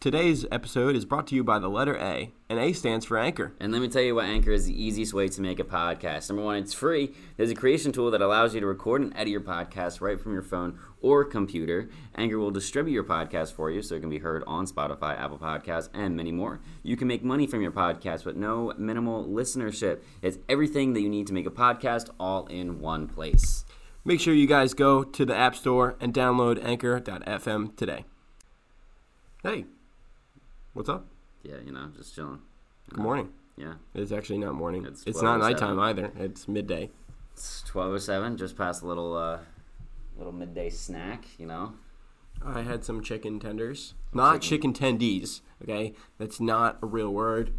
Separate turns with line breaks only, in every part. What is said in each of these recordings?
Today's episode is brought to you by the letter A, and A stands for Anchor.
And let me tell you why Anchor is the easiest way to make a podcast. Number one, it's free. There's a creation tool that allows you to record and edit your podcast right from your phone or computer. Anchor will distribute your podcast for you so it can be heard on Spotify, Apple Podcasts, and many more. You can make money from your podcast with no minimal listenership. It's everything that you need to make a podcast all in one place.
Make sure you guys go to the App Store and download anchor.fm today. Hey, what's up?
Yeah, you know, just chilling.
Good morning.
Yeah.
It's actually not morning. It's,
It's
not
12:07.
nighttime either. It's midday.
It's 12:07, just past a little uh little midday snack, you know.
I had some chicken tenders. Not chicken tendies, okay? That's not a real word.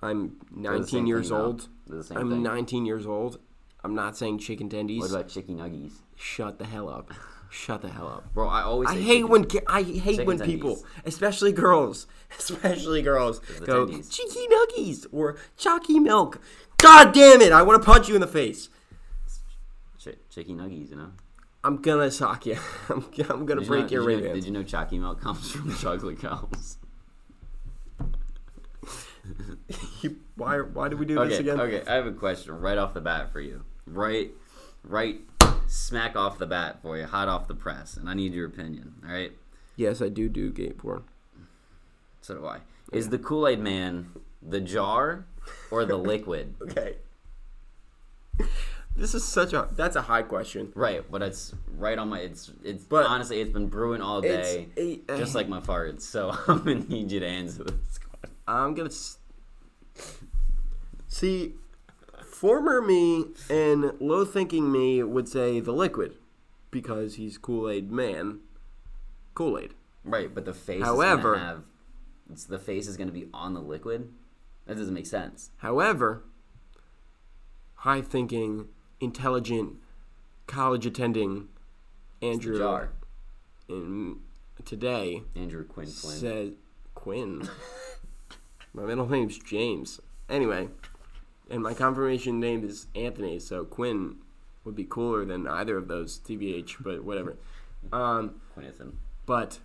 I'm
They're the
19
same
years
thing, though.
old.
They're the same
I'm
thing.
19 years old. I'm not saying chicken tendies.
What about chicken nuggies?
Shut the hell up. Shut the hell up.
Bro, I always
I
say
hate
chicken-
when ki- I hate
Chicken
when
tendies.
people, especially girls, especially girls,
the
go
tendies.
cheeky nuggies or chalky milk. God damn it! I want to punch you in the face.
Ch- chicken nuggies, you know.
I'm gonna sock you. I'm, I'm gonna
Did you
break your
know- did you know-
ray
Did you know Chalky Milk comes from chocolate cows?
Why? Why did we do this
okay,
again?
okay. I have a question right off the bat for you. Right, right, smack off the bat for you, hot off the press, and I need your opinion. All right.
Yes, I do do gay porn.
So do I. Is the Kool Aid Man the jar or the liquid?
Okay. This is such a that's a high question.
Right, but it's right on my. It's it's.
But-
honestly, it's been brewing all
It's-
day,
it-
just like my farts. So I'm gonna need you to answer this. question.
I'm gonna s- see. Former me and low thinking me would say the liquid because he's Kool Aid man. Kool Aid.
Right, but the face.
However-
is gonna have, it's, the face is gonna be on the liquid. That doesn't make sense.
However, high thinking, intelligent, college attending
The
Andrew
jar.
in today
Andrew Quinn Flynn.
said Quinn. my middle name's James. Anyway, and my confirmation name is Anthony, so Quinn would be cooler than either of those, TBH, but whatever. Um,
Quinnathan.
but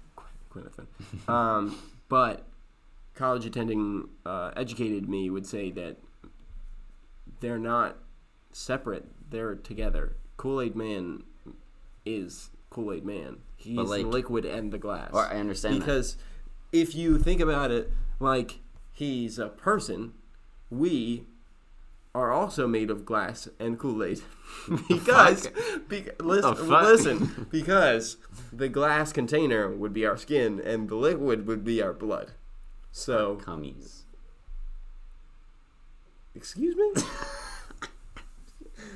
Quinn, Quinn um, but college attending, uh, educated me would say that they're not separate; they're together. Kool Aid Man is Kool Aid Man. He's
like-
the liquid and the glass.
Or I understand that.
because if you think about it, like he's a person, we are also made of glass and Kool Aid. because, beca- listen,
fuck?
listen, because the glass container would be our skin and the liquid would be our blood. So,
Cummies.
excuse me?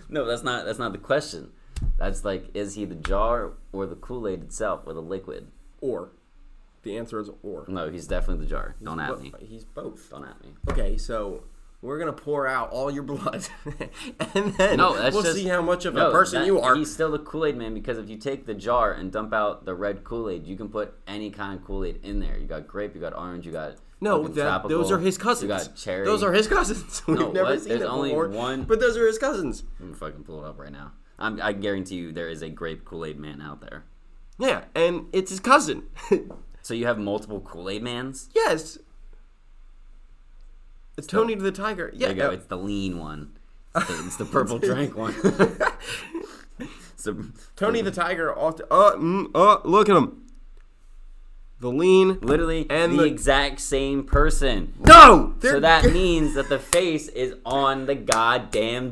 No, that's not. That's not the question. That's like, is he the jar or the Kool Aid itself or the liquid?
Or. The answer is or.
No, he's definitely the jar. Don't at
But
me.
He's both.
Don't at me.
Okay, so we're gonna pour out all your blood, and then
No, that's
we'll
just,
see how much of
no,
a person
that-
you are.
He's still the Kool Aid man because if you take the jar and dump out the red Kool Aid, you can put any kind of Kool Aid in there. You got grape, you got orange, you got
No,
fucking
that,
tropical,
those are his cousins.
You got cherry.
Those are his cousins. We've
No,
never
what?
seen
There's
it
only
before.
one-
But those are his cousins.
I'm gonna fucking pull it up right now. I'm, I guarantee you there is a grape Kool Aid man out there.
Yeah, and it's his cousin.
So you have multiple Kool Aid mans.
yes. It's Tony the Tiger. Yeah.
There you go.
uh,
It's the lean one. It's the, it's the purple drink one. so,
Tony the Tiger. Off uh, mm, uh, look at him. The lean.
literally
And the-
the, exact same person.
No! They're,
So that
g-
means that the face is on the goddamn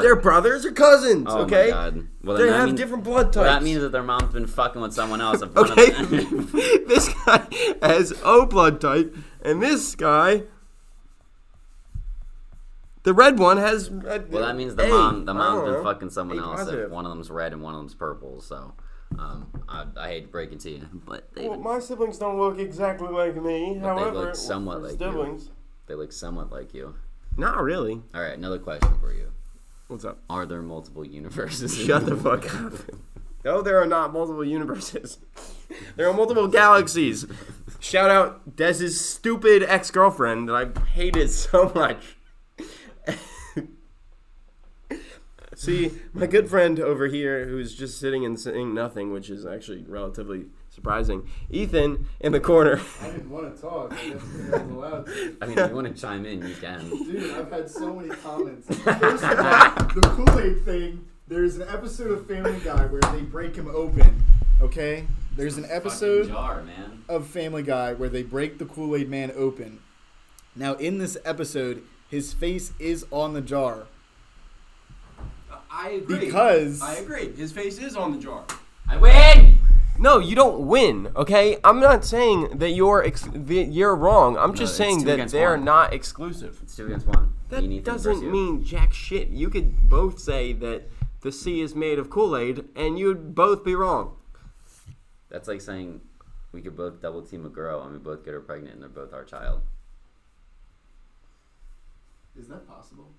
they're brothers or cousins,
Oh my
okay?
God. Well, then
They
that
have
mean-
different blood types.
Well, that means that their mom's been fucking with someone else. If one of
Okay,
them-
this guy has O blood type, and this guy, the red one, has. Red,
well, that means the
A. Oh.
mom, the
I
mom's
don't
been
know.
fucking someone
A
else.
positive.
If one of them's red and one of them's purple, so um, I, I hate to break it to you, but they,
Well, my siblings don't look exactly like me.
they
However,
look somewhat
we're
like you.
siblings.
they look somewhat like you.
Not really.
All right, another question for you:
What's up?
Are there multiple universes?
Shut the fuck up. No, there are not multiple universes. There are multiple galaxies. Shout out Dez's stupid ex girlfriend that I hated so much. See, my good friend over here who's just sitting and saying nothing, which is actually relatively Surprising. Ethan in the corner.
I didn't want to talk. I guess I was allowed to.
I mean, if you want to chime in, you can.
Dude, I've had so many comments. First of all, the Kool Aid thing. There's an episode of Family Guy where they break him open. Okay. There's an
Fucking
episode
jar, man.
of Family Guy where they break the Kool Aid Man open. Now, in this episode, his face is on the jar.
I
agree. Because- I
agree. His face is on the jar.
I win.
No, you don't win. Okay, I'm not saying that you're ex- that you're wrong. I'm just
it's
saying
two
that
against
they're
one.
not exclusive.
It's two against one. Me
That
and Ethan versus
doesn't
you.
mean jack shit. You could both say that the sea is made of Kool Aid, and you'd both be wrong.
That's like saying we could both double team a girl and we both get her pregnant and they're both our child.
Is that possible?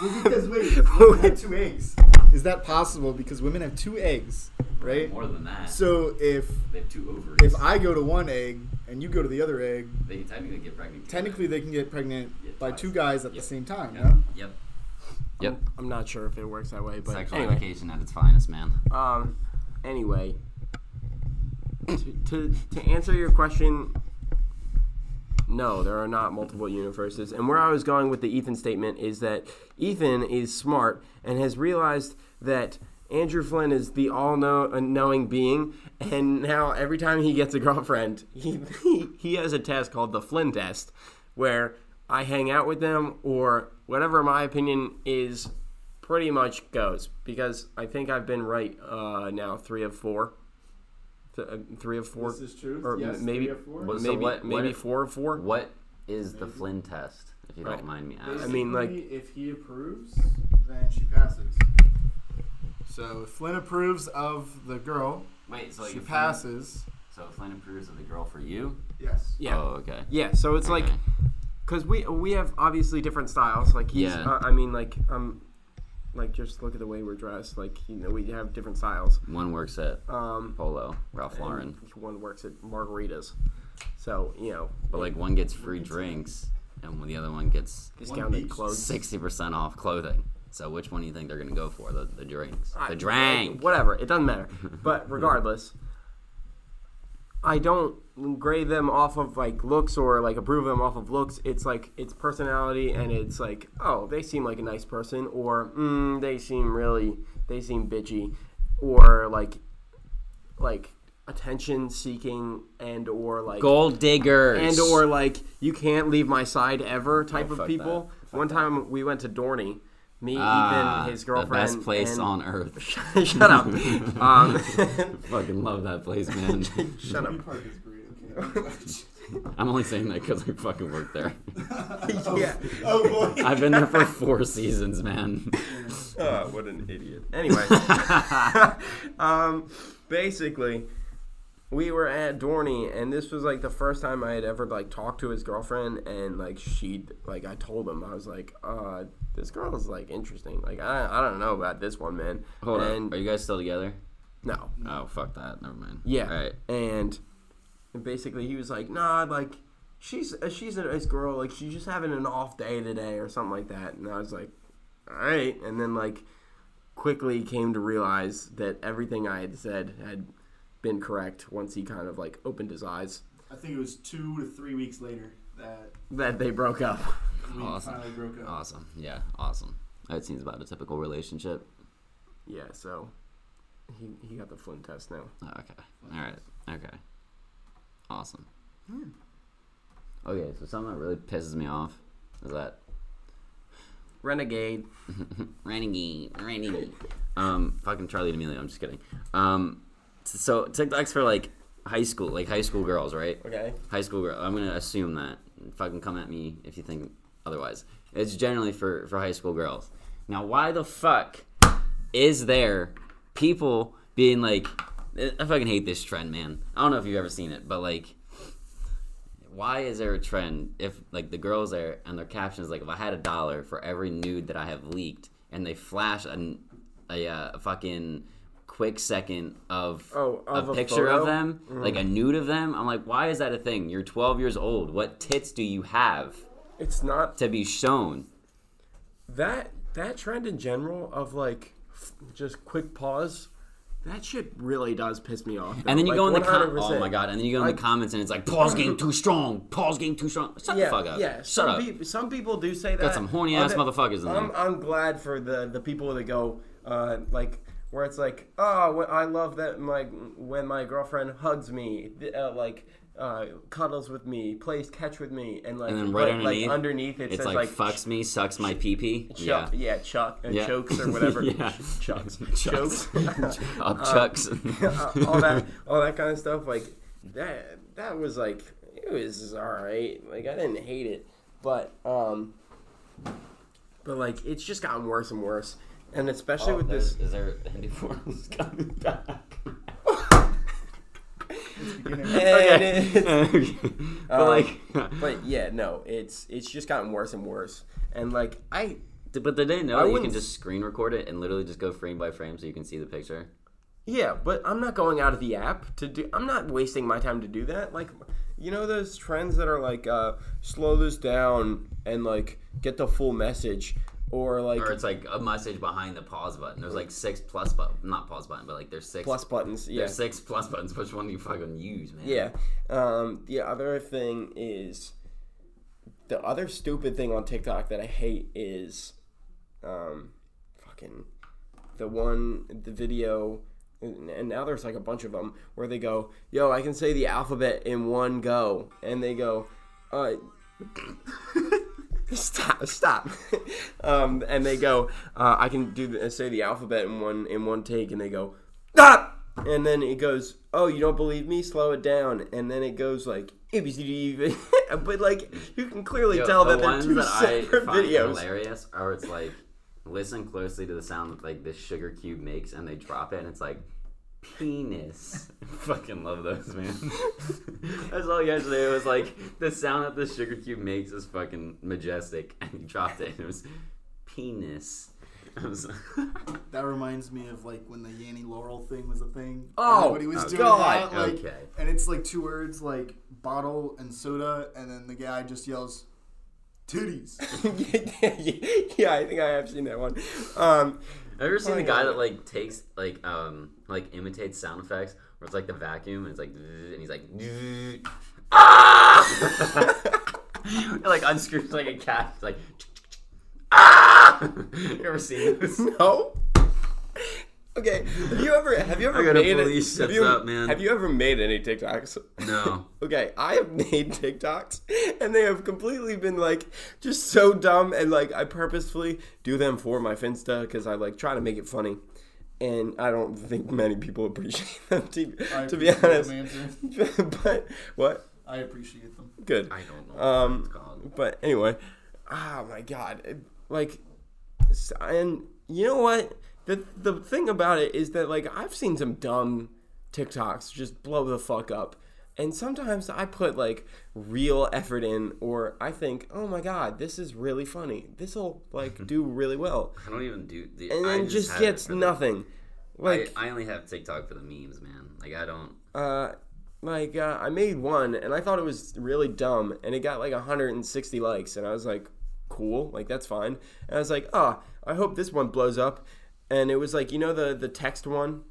well, because wait, women have two eggs. Is that possible? Because women have two eggs, right?
More than that.
So if
they have two ovaries.
if I go to one egg and you go to the other egg,
they can technically get pregnant.
technically they can get pregnant
Yeah,
by
twice.
two guys at
Yep.
the same time.
Yep.
No?
Yep. Yep.
I'm not sure if it works that way, but
Sexual
anyway.
education at its finest, man.
Um. Anyway, to, to to answer your question, no, there are not multiple universes. And where I was going with the Ethan statement is that Ethan is smart and has realized that Andrew Flynn is the all-knowing being, and now every time he gets a girlfriend, he he, he has a test called the Flynn test, where I hang out with them or whatever my opinion is pretty much goes because I think I've been right uh, now three of four, Th- uh, three of four,
This is true.
or
yes,
m- maybe
three or four.
Well, so
maybe
what-
maybe
what-
four of four.
What is the Flynn test? If you
Right.
don't mind me
Basically,
asking.
I mean, like-
if he approves, then she passes. So if Flynn approves of the girl,
wait. So like
she
if Flynn-
passes.
so if Flynn approves of the girl for you.
Yes.
Yeah.
Oh, okay.
Yeah, so it's like
Okay.
because we we have obviously different styles. Like he's,
Yeah.
uh, I mean, like um, like just look at the way we're dressed. Like you know, we have different styles.
one works at
Um,
Polo, Ralph Lauren,
and one works at margaritas, so you know,
but like one gets free drinks and the other one gets
discounted
beach.
clothes.
sixty percent off clothing. So which one do you think they're gonna go for? The the drinks.
I-
The drink.
Whatever, it doesn't matter. But regardless, I don't grade them off of like looks or like approve them off of looks. It's like it's personality, and it's like oh, they seem like a nice person, or mm, they seem really they seem bitchy, or like like attention seeking and or like
Gold diggers.
and or like you can't leave my side ever type
Oh,
of
fuck
people.
that.
One time we went to Dorney, me,
Ah,
Ethan, his girlfriend,
The best place
and-
on earth.
Shut up. Um,
Fucking love that place, man.
shut up.
Park is great. Okay.
I'm only saying that because I fucking work there.
Yeah.
oh boy.
I've been there for four seasons, man.
Oh, what an idiot. Anyway, um, basically, we were at Dorney, and this was like the first time I had ever like talked to his girlfriend, and like she, like I told him, I was like, uh, this girl is like interesting. Like I, I don't know about this one, man.
Hold on.
and,
Are you guys still together?
No.
Oh, fuck that. Never mind.
Yeah.
All right.
And basically, he was like, "Nah, like she's uh, she's a nice girl. Like she's just having an off day today or something like that." And I was like, "All right." And then like quickly came to realize that everything I had said had been correct once he kind of like opened his eyes
I think it was two to three weeks later that
that they broke up.
we
Awesome.
finally broke up.
Awesome. Yeah. Awesome. That seems about a typical relationship.
Yeah. So he he got the Flynn test now.
Oh, okay. All right. Okay. Awesome. Okay. So something that really pisses me off is that
Renegade.
Renegade, Renegade. um, fucking Charlie D'Amelio. I'm just kidding. Um, so TikToks for like high school, like high school girls, right?
Okay.
High school girl. I'm gonna assume that. Fucking come at me if you think otherwise. It's generally for for high school girls. Now, why the fuck is there people being like? I fucking hate this trend, man. I don't know if you've ever seen it, but like. Why is there a trend if like the girls there and their caption is like if I had a dollar for every nude that I have leaked and they flash an, a, uh, a fucking quick second of
Oh, of
a,
a
picture
photo? Mm.
of them like a nude of them I'm like why is that a thing you're 12 years old what tits do you have
It's not
to be shown
that that trend in general of like f- just quick pause That shit really does piss me off. though.
And then you
Like,
go in the com-
100%.
oh my god! And then you go in the comments and it's like Paul's getting too strong. Paul's getting too strong. Shut
yeah,
the fuck up.
Yeah,
Shut
some
up.
peop- some people do say that.
some horny ass
Other-
motherfuckers in
I'm,
there.
I'm glad for the the people that go uh, like where it's like, oh, wh- I love that my when my girlfriend hugs me, th- uh, like. Uh, cuddles with me, plays catch with me, and like,
and then right
like- like,
underneath,
underneath it
it's
says
like,
like
fucks me, sucks my pee pee. Yeah.
chuck, yeah, chuck, and
Yeah.
chokes or whatever,
Yeah.
chucks, chokes,
Chucks. Up uh, chucks.
uh, all that all that kind of stuff like that that was like it was all right like i didn't hate it but um but like it's just gotten worse and worse and especially
Oh,
with this
Is there Andy Forrest coming back?
and it- Uh,
Okay. but like,
but yeah no it's it's just gotten worse and worse and like i
but did they know
I
that you can
wouldn't-
just screen record it and literally just go frame by frame so you can see the picture?
yeah but i'm not going out of the app to do i'm not wasting my time to do that like you know those trends that are like uh slow this down and like get the full message or like
Or it's like a message behind the pause button. There's like six plus button, not pause button, but like there's six
plus buttons yeah
There's six plus buttons. Which one do you fucking use, man?
Yeah. Um, the other thing is the other stupid thing on TikTok that I hate is um, fucking the one the video and and now there's like a bunch of them where they go, "Yo, I can say the alphabet in one go," and they go, "Uh." Stop! Stop! um, and they go. Uh, I can do the, say the alphabet in one in one take, and they go stop. And then it goes. Oh, you don't believe me? Slow it down. And then it goes like. A, B, C, D, E, F." but like you can clearly
Yo,
tell
the
that they're
ones
two
that I
separate
find
videos.
hilarious are it's like listen closely to the sound that like this sugar cube makes, and they drop it, and it's like penis. fucking love those, man. I saw yesterday. It was like the sound that the sugar cube makes is fucking majestic, and he dropped it, and it was penis. I was
That reminds me of like when the Yanni Laurel thing was a thing.
Oh,
Everybody was doing
God.
that, like,
Okay.
and it's like two words like bottle and soda, and then the guy just yells, "Titties."
yeah, I think I have seen that one. Um,
Have you ever seen the
Funny
guy
how-
that like takes like um like imitates sound effects where it's like the vacuum and it's like "Zzz," and he's like "Zzz." ah It, like unscrews like a cat it's like ah you ever seen this?
no. Okay. Have you ever? Have you ever
I gotta
made?
police
have
shuts
you,
up, man.
Have you ever made any TikToks?
No.
Okay, I have made TikToks and they have completely been like just so dumb and like I purposefully do them for my Finsta because I like try to make it funny. And I don't think many people appreciate them to,
I
to be
appreciate
honest.
them, Andrew.
but what?
I appreciate them.
Good.
I don't know what
Um,
it's called.
But anyway, oh my god, It- like, s- and you know what? The the thing about it is that like I've seen some dumb TikToks just blow the fuck up, and sometimes I put like real effort in, or I think, oh my god, this is really funny. This will like do really well,
I don't even do the
and
I
then just,
have it
gets
for the-
nothing. Like
I, I only have TikTok for the memes, man. Like I don't
uh, like uh, I made one and I thought it was really dumb, and it got like 160 likes, and I was like, cool, like that's fine. And I was like, ah, I hope this one blows up. And it was like, you know, the the text one,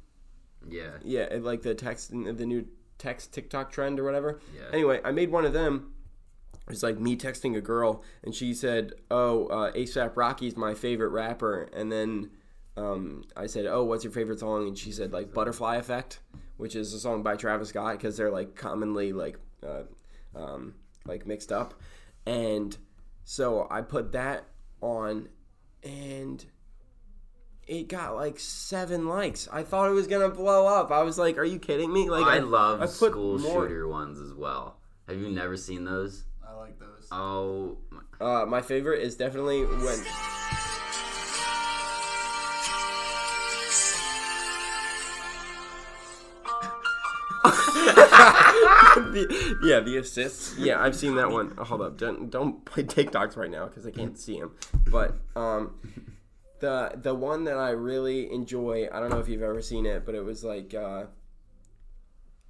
yeah.
yeah, and, like the text, the new text TikTok trend or whatever.
Yeah.
Anyway, I made one of them. It was like me texting a girl, and she said, "Oh, uh, ASAP Rocky's my favorite rapper." And then um, I said, "Oh, what's your favorite song?" And she said, "Like Butterfly Effect," which is a song by Travis Scott because they're like commonly like uh, um, like mixed up. And so I put that on, and it got like seven likes. I thought it was gonna blow up. I was like, "Are you kidding me?" Like
I love
I put
school
more-
shooter ones as well. Have you never seen those?
I like those.
Oh my
Uh, my favorite is definitely when. The- yeah, the assists. Yeah, I've seen that one. Oh, hold up, don't don't play TikToks right now because I can't see him. But um, the the one that I really enjoy, I don't know if you've ever seen it, but it was like uh,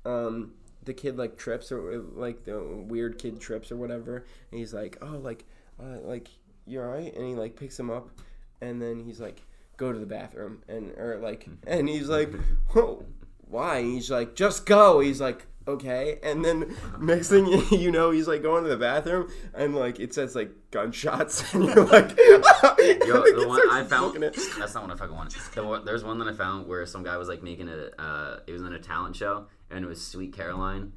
um, the kid like trips or like the weird kid trips or whatever, and he's like, oh, like, uh, like you're right, and he like picks him up, and then he's like, go to the bathroom and or like and he's like Whoa, why And he's like just go he's like okay and then next thing you know he's like going to the bathroom and like it says like gunshots and you're like
Yo,
the
the one I found. That's not what I fucking wanted. The one, there's one that I found where some guy was like making a. Uh, it was in a talent show, and it was Sweet Caroline,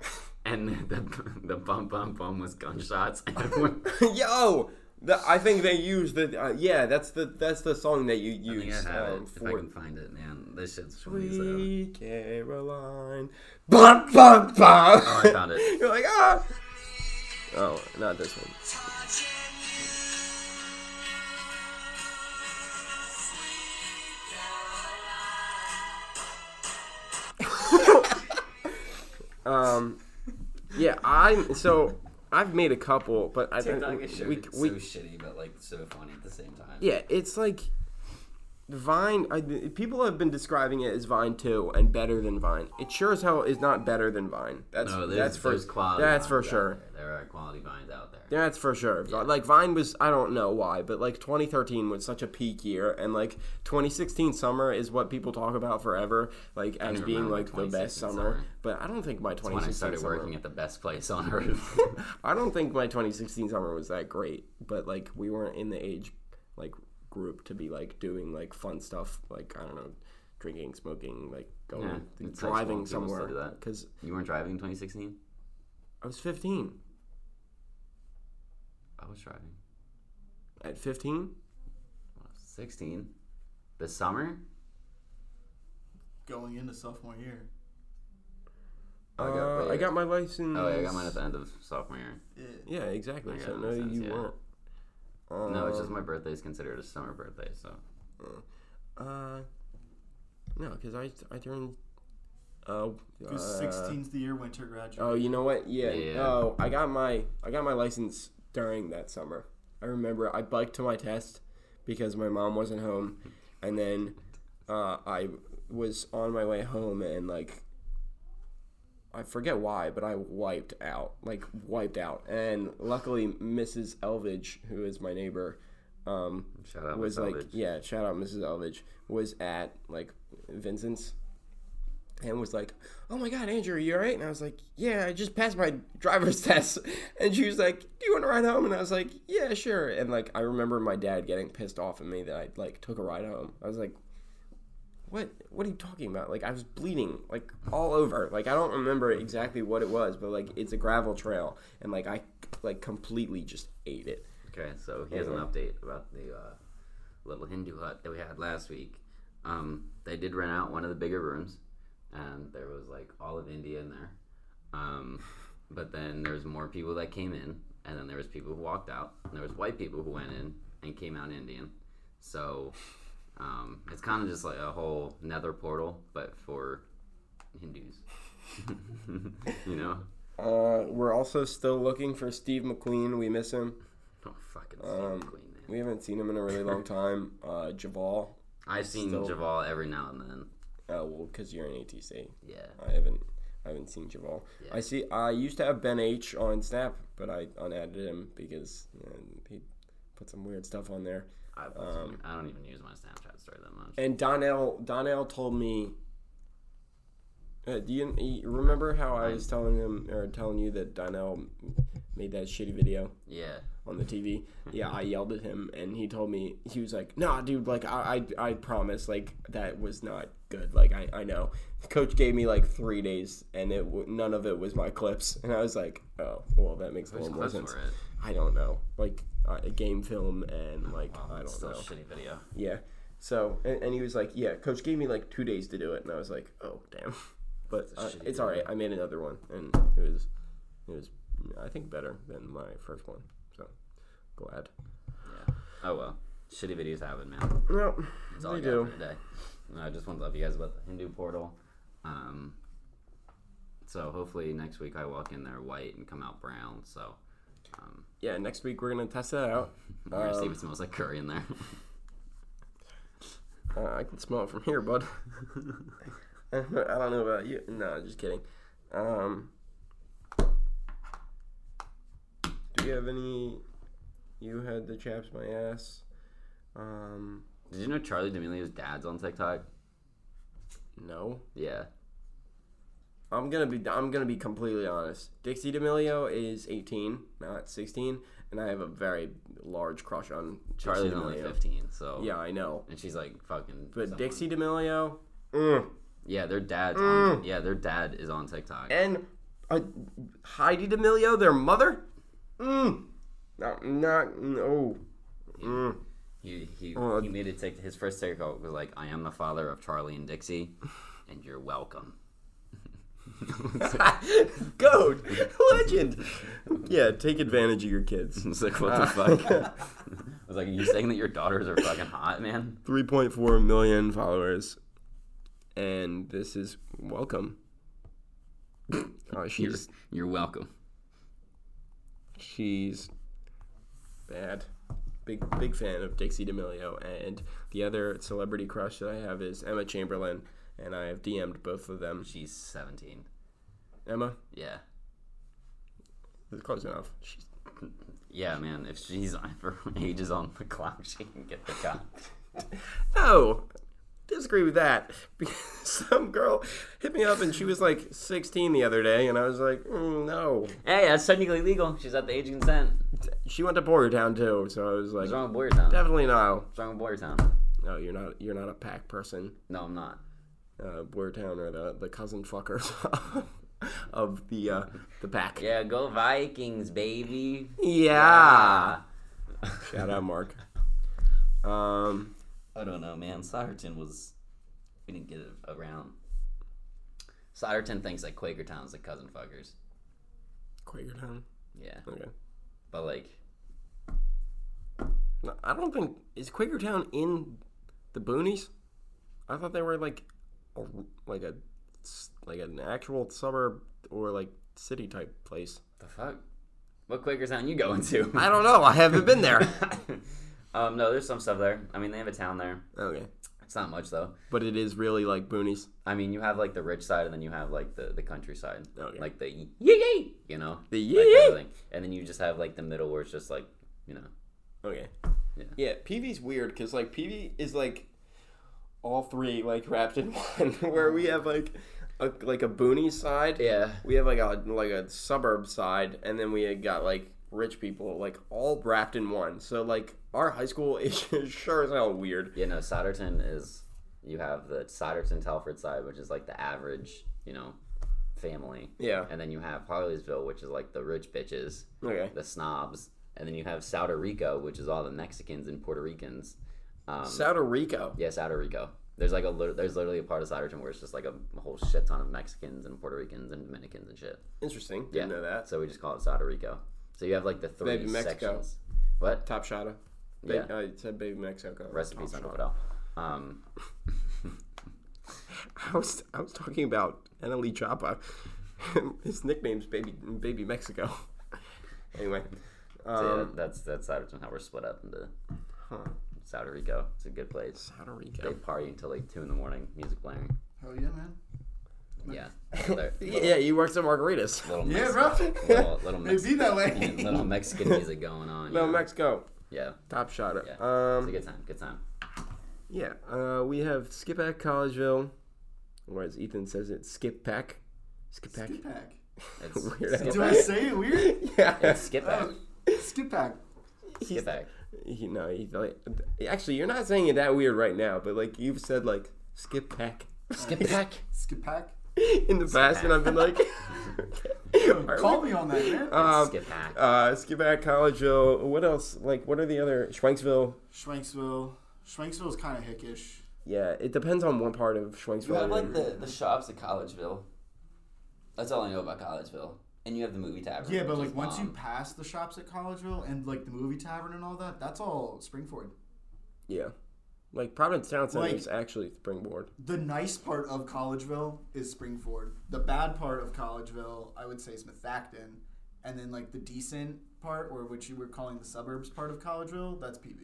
and the the bum bum bum was gunshots. And everyone,
yo the, I think they use the uh, yeah that's the that's the song that you
I think
use
I have it.
um,
If I
for
can find it, man, this shit's funny. So.
Sweet Caroline bum bum bum oh
I found it.
you're like ah oh not this one Um, yeah, I'm so I've made a couple, but I think
TikTok is so,
we,
so
we
shitty, but like so funny at the same time.
yeah, it's like Vine. I, people have been describing it as Vine too, and better than Vine. It sure as hell is not better than Vine. That's
No, there's,
that's for
there's quality.
that's
vines
for
out
sure.
There. there are quality vines out there.
That's for sure. Vi- Like Vine was, I don't know why, but like 2013 was such a peak year, and like 2016 summer is what people talk about forever, like as
even
being
remember
like the best
2016
summer.
summer.
But I don't think my 2016
When I started
summer
working at the best place on earth.
I don't think my 2016 summer was that great, but like we weren't in the age like group to be like doing like fun stuff like I don't know, drinking, smoking, like going
Yeah, it's high
driving
school, people still do
somewhere
that.
because
you weren't driving in 2016.
I was 15.
I was driving.
At 15,
16 this summer
Going into sophomore year.
uh,
Oh, I got- wait,
I got my license.
oh yeah i got mine at the end of sophomore year
Yeah.
Yeah, exactly.
I
So
got
no,
my license,
you
yeah.
weren't. Um,
no it's just my birthday is considered a summer birthday so
Uh, no, because I I turned. Oh. Uh,
Because 16's the year winter graduate.
Oh, you know what? Yeah.
Yeah.
Oh, I got my I got my license during that summer. I remember I biked to my test because my mom wasn't home, and then uh, I was on my way home and like I forget why, but I wiped out, like wiped out. And luckily, Mrs. Elvidge, who is my neighbor, um,
shout out
was
Miss
like,
Elvidge.
yeah, shout out Mrs. Elvidge, was at like Vincent's and was like, oh my God, Andrew, are you all right? And I was like, yeah, I just passed my driver's test. And she was like, do you want to ride home? And I was like, yeah, sure. And like, I remember my dad getting pissed off at me that I like took a ride home. I was like, what what are you talking about like i was bleeding like all over like i don't remember exactly what it was but like it's a gravel trail and like i like completely just ate it
okay so here's an update about the uh, little hindu hut that we had last week um, they did rent out one of the bigger rooms and there was like all of india in there um, but then there was more people that came in and then there was people who walked out and there was white people who went in and came out indian so um, it's kind of just like a whole nether portal but for hindus you know
uh we're also still looking for steve mcqueen we miss him
oh fucking
Um,
Steve queen man
we haven't seen him in a really long time uh javal
i've seen
still-
javal every now and then
uh well because you're an atc
yeah
i haven't i haven't seen javal i see i used to have ben h on snap but i unadded him because you know, he put some weird stuff on there
I,
Um,
I don't even use my snapchat story that much
And Donnell, Donnell told me. Uh, do you, you remember how I was telling him or telling you that Donnell made that shitty video
yeah
on the TV?
Mm-hmm.
Yeah, I yelled at him, and he told me he was like, "Nah, dude, like I, I, I promise, like that was not good. Like I, I know." The coach gave me like three days, and it w- none of it was my clips, and I was like, "Oh, well, that makes a
Who's
little more
clips
sense."
for it
I don't know, like uh, game film and like
Oh,
I don't
still
know.
shitty video
Yeah. So and, and he was like, "Yeah, coach gave me like two days to do it," and I was like, "Oh damn," but uh,
shitty
it's all right. I made another one, and it was it was I think better than my first one. So glad.
yeah oh well shitty videos happen man
No,
That's all
they
I got
do.
for today. And I just want to love you guys about the Hindu portal. Um, so hopefully next week I walk in there white and come out brown. So um,
Yeah, next week we're gonna test that out.
we're gonna see
Um,
if it smells like curry in there.
Uh, I can smell it from here, bud. I don't know about you. No, just kidding. Um, do you have any? You had the chaps my ass. Um,
Did you know Charlie D'Amelio's dad's on TikTok?
No,
Yeah.
I'm gonna be I'm gonna be completely honest. Dixie D'Amelio is 18, not 16, and I have a very large crush on
Charlie's
Dixie
only
D'Amelio.
15, so.
Yeah, I know.
And she's like fucking.
But
someone.
Dixie D'Amelio, mm,
Yeah, their dad's on. Yeah, their dad is on TikTok.
and uh, Heidi D'Amelio, their mother, mm, not not no. Mm.
He he,
Oh,
he made it take his first TikTok was like, "I am the father of Charlie and Dixie, and you're welcome."
Goat, legend. Yeah, take advantage of your kids.
It's like what the fuck? I was like, "Are you saying that your daughters are fucking hot, man?"
3.4 million followers, and this is welcome. Oh,
You're,
she's
you're welcome.
she's bad. Big big fan of Dixie D'Amelio, and the other celebrity crush that I have is Emma Chamberlain, and I have DM'd both of them.
She's 17.
Emma,
Yeah,
that's close enough. She's,
yeah, man. If she's on her age is on the clock, she can get the cock.
no, disagree with that. Because some girl hit me up and she was like 16 the other day, and I was like, mm, no.
hey, that's technically legal. She's at the age of consent.
She went to Bordertown too, so I was like,
What's wrong with Boyertown? What's
definitely no.
wrong with Boyertown?
No, you're not. You're not a pack person.
No, I'm not.
Uh, Boyertown are the, the cousin fuckers of the uh, the pack.
Yeah, go Vikings, baby. Ah.
Yeah. Shout out, Mark. Um,
I don't know, man. Siderton was. We didn't get it around. Siderton thinks like Quakertown's like cousin fuckers.
Quakertown.
Yeah.
Okay.
But like,
No, I don't think is Quakertown in the boonies. I thought they were like, a, like a, s- like an actual suburb or like city type place.
the fuck? What Quakertown you going to?
I don't know. I haven't been there.
um, no, there's some stuff there. I mean, they have a town there.
okay,
It's not much though.
but it is really like boonies.
I mean, you have like the rich side, and then you have like the, the countryside,
Okay.
like the yee yee, you know,
The
That kind
yee.
of thing. and then you just have like the middle where it's just like, you know,
Okay.
Yeah.
Yeah, PV's weird because like PV is like all three like wrapped in one. Where we have like a like a boony side.
yeah,
We have like a like a suburb side, and then we got like rich people like all wrapped in one. So like our high school is sure as hell weird.
You know, Soderton is you have the Soderton Telford side, which is like the average, you know, family.
Yeah.
And then you have Harleysville, which is like the rich bitches,
Okay.
the snobs. And then you have Souter Rico, which is all the Mexicans and Puerto Ricans. Um,
Souter Rico.
yeah, Souter Rico. There's like a lit- there's literally a part of Soderton where it's just like a, whole shit ton of Mexicans and Puerto Ricans and Dominicans and shit.
Interesting. Didn't
Yeah.
know that.
So we just call it Souter Rico. So you have like the three
Baby Mexico.
sections. What?
Top shotta.
Yeah.
Ba- I uh, said Baby Mexico.
Recipes on Fidel. Um,
I was I was talking about NLE Choppa. His nickname's Baby Baby Mexico. anyway,
So yeah,
um,
that- that's that's Soderton how we're split up into
huh.
Souter Rico. It's a good place.
Puerto
They
Rico.
party until like two in the morning, music playing.
Oh.
Hell yeah, man.
Yeah, They're- little,
Yeah, he works at margaritas.
little,
Yeah,
Mex-
bro.
little, little,
They be
Mexican,
that way.
little Mexican music going on.
No,
yeah.
Mexico.
yeah,
Top shotter.
Yeah. it's a
Um,
good time. Good time.
yeah. Uh, we have Skip at Collegeville, or as Ethan says it, Skip Pack. Skip Pack.
Skip pack.
It's
Weird ass.
skip
Do I
back.
say it weird?
Yeah.
It's skip back.
Oh, skip pack.
Skip back.
He, no, he, like, actually, you're not saying it that weird right now, but like you've said, like Skip Pack
Skip back.
Skip pack.
in the past, and I've been like, Are we-
Call me on that, man.
Um,
skip back.
Uh, Skiback, Collegeville. What else? Like, what are the other Schwanksville?
Schwanksville. Schwanksville's kind of hickish.
Yeah, it depends on what part of Schwanksville.
You have
you're
like
in.
the, the shops at Collegeville. That's all I know about Collegeville. And you have the movie tavern.
Yeah, but
which
like
is
once you
bomb.
pass the shops at Collegeville and like the movie tavern and all that, that's all Springford.
yeah, like Providence Town Center
Like-
is actually Springboard.
The nice part of Collegeville is Springford. The bad part of Collegeville, I would say, is Methacton, and then like the decent part, or which you were calling the suburbs part of Collegeville, that's PB.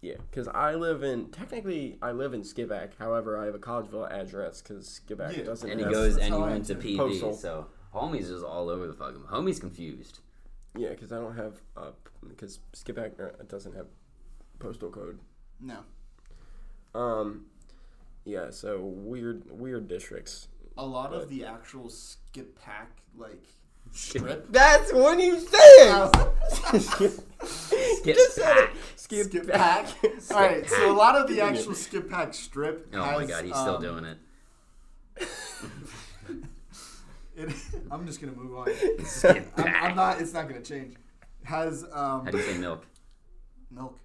Yeah, because I live in technically I live in Skiback. However, I have a Collegeville address because Skiback
Yeah.
doesn't.
And he
have,
goes
that's
and he
how I
went to
am too.
PB.
Postal.
So homie's just all over the fucking. Homie's confused.
Yeah, because I don't have uh because Skiback uh, doesn't have postal code.
No,
Um, yeah. So weird, weird districts.
A lot of the actual skip pack like strip.
That's what he saying.
Skip back.
Skip,
skip
back.
pack. All right, so a lot of the actual skip pack strip.
Oh
has,
my god, he's still
um,
doing it.
it. I'm just gonna move on.
Skip
I'm,
back.
I'm not. It's not gonna change. Has um
How do you say milk?
milk.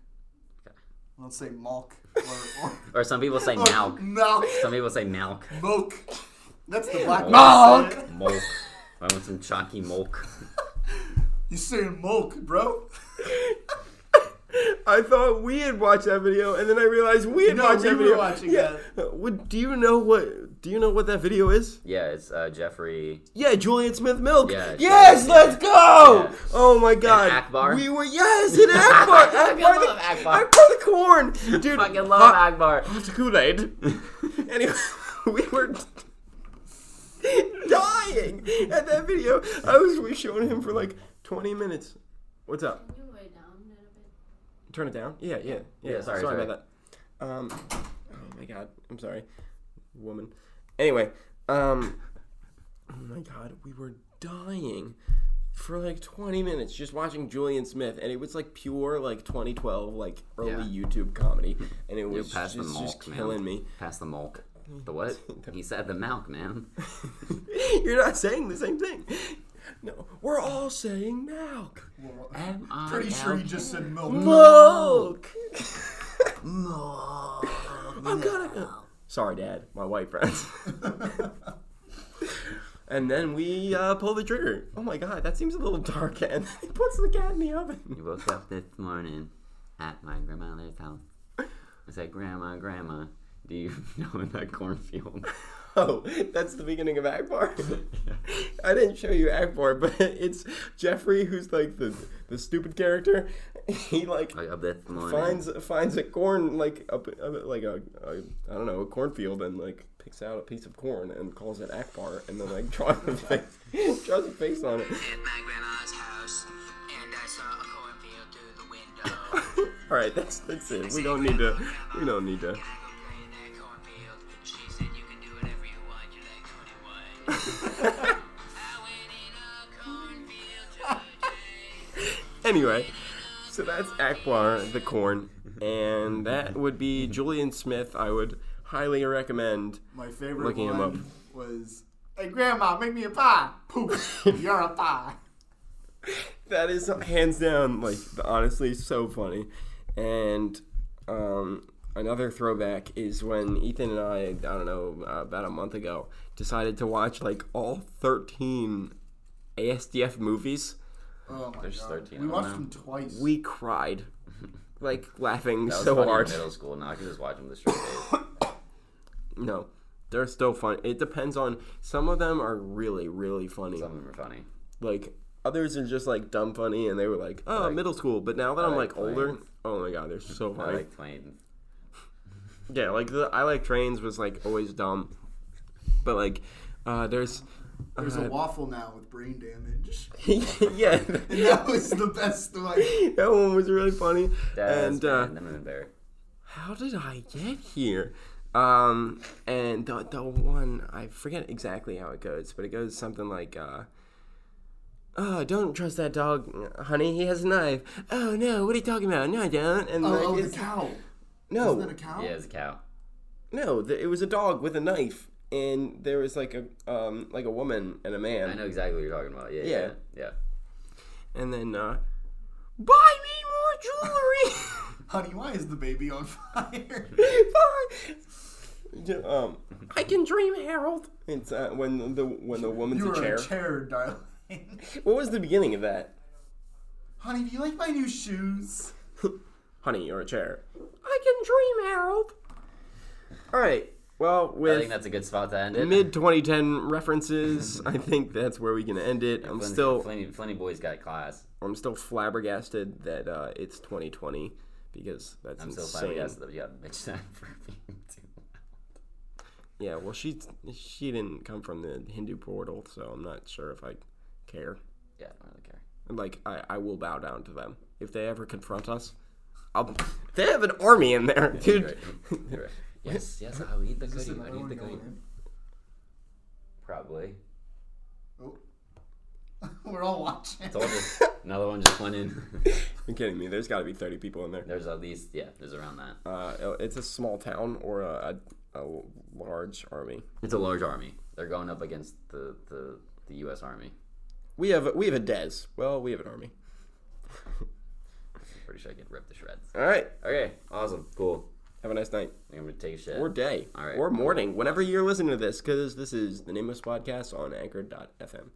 Okay.
Let's say malk or, or
Or some people say
milk.
milk.
Milk.
Some people say milk.
Milk. That's the black
Milk.
man saying it.
Mulk. I want some chalky mulk.
You saying milk, bro?
I thought we had watched that video, and then I realized we had
No,
watched
we
that
were
video.
watching
yeah. What, do you know what? Do you know what that video is?
Yeah, it's uh, Jeffrey.
Yeah, Julian Smith Milk.
Yeah,
yes,
sure.
let's go.
Yeah.
Oh my God.
Akbar?
We were yes, in Akbar.
I
Akbar,
love
the,
Akbar.
Akbar the corn, dude.
Fucking love
hot,
Akbar.
Akbar. Kool Aid. anyway, we were. Dying at that video. I was we showing him for like 20 minutes. What's up?
Can you weigh down a little bit?
Turn it down? Yeah, yeah, yeah.
Yeah,
sorry,
sorry,
about that. Um, oh my god, I'm sorry, woman. Anyway, um, oh my god, we were dying for like 20 minutes just watching Julian Smith, and it was like pure like 2012 like early
Yeah.
YouTube comedy, and it was
pass
just,
the
just
milk, man.
killing me.
Pass the mulk. The what? He said the milk, man.
You're not saying the same thing. No, we're all saying milk.
Pretty sure you just said milk.
Milk.
Mulk.
I'm gonna go. Sorry, Dad. My white friends. and then we uh, pull the trigger. Oh my God, that seems a little dark. And he puts the cat in the oven.
You woke up this morning at my grandmother's house. I said, Grandma, Grandma, do you know that cornfield?
Oh, that's the beginning of Akbar. I didn't show you Akbar, but it's Jeffrey who's like the the stupid character. He like
Like up this morning.
finds finds a corn like up like a, a I don't know a cornfield and like picks out a piece of corn and calls it Akbar and then like draws a face draws a face on it.
at my grandma's house, and I saw a cornfield through the window.
All right, that's that's it. We don't need to. We don't need to.
Can I go play in that cornfield? She said you can do whatever you want. You're like 21. I went in a cornfield today.
Anyway, so that's Akbar the corn, and that would be Julian Smith. I would highly recommend.
My favorite
Looking him
one
up.
was, "Hey Grandma, make me a pie." Poof, you're a pie.
That is hands down like honestly so funny, and um, another throwback is when Ethan and I I don't know uh, about a month ago decided to watch like all thirteen ASDF movies.
Oh my
There's
god.
13
we
of
watched
them.
them twice.
We cried, like laughing
That was
so
funny in
hard.
middle school. Now I can just watch them the straight days.
No, they're still fun. It depends on some of them are really really funny.
Some of them are funny.
Like others are just like dumb funny, and they were like, oh,
like-
middle school. But now that I'm
like
like older,
planes.
oh my god, they're so
I
funny.
like planes.
yeah, like the I like trains was like always dumb, but like uh, there's
There's
uh,
a waffle now with brain damage.
yeah.
that was the best one.
That one was really funny,
That's
and uh,
and the moon bear.
how did I get here? Um, and the, the one I forget exactly how it goes, but it goes something like, uh, "Oh, don't trust that dog, honey. He has a knife." Oh no, what are you talking about? No, I don't. And
Oh,
like,
oh the
it's, Oh.
cow. Isn't that
no,
a cow?
Yeah, it's a cow.
no, th- it was a dog with a knife, and there was like a um like a woman and a man.
I know exactly what you're talking about. Yeah, yeah,
Yeah.
yeah.
And then, uh, buy me more jewelry.
Honey, why is the baby on fire?
Yeah, um, I can dream, Harold. It's uh, when the when the woman's
You're
a chair.
a chair, darling.
What was the beginning of that?
Honey, do you like my new shoes?
Honey, you're a chair. I can dream, Harold. All right. Well,
I think
with
that's a good spot to end it.
mid 2010 references, I think that's where we can end it. I'm
Flinty-
still
Flinty, Flinty boys got class.
I'm still flabbergasted that uh, it's 2020 because that's
I'm still
insane.
fighting against them. Yeah, bitch that for being too
Yeah. Well, she she didn't come from the Hindu portal, so I'm not sure if I care.
Yeah, I don't really care.
like I, I will bow down to them if they ever confront us i'll They have an army in there,
You're
dude.
right. You're right. Yes, yes, I'll eat the
Is this
goodie.
another
I'll eat
one
the
going
goodie.
in?
Probably.
Oh. We're all watching.
Told you. Another one just went in.
You're kidding me. There's got to be 30 people in there.
there's at least, yeah, there's around that.
Uh, it's a small town or a, a, a large army.
It's a large army. They're going up against the, the, the U.S. Army.
We have we have a Dez. Well, we have an army.
I'm pretty sure I could rip the shreds.
All right.
Okay, awesome, cool.
Have a nice night
I think I'm gonna take a shit.
or day
All right.
or morning, whenever you're listening to this, because this is the Nameless Podcast on Anchor.fm.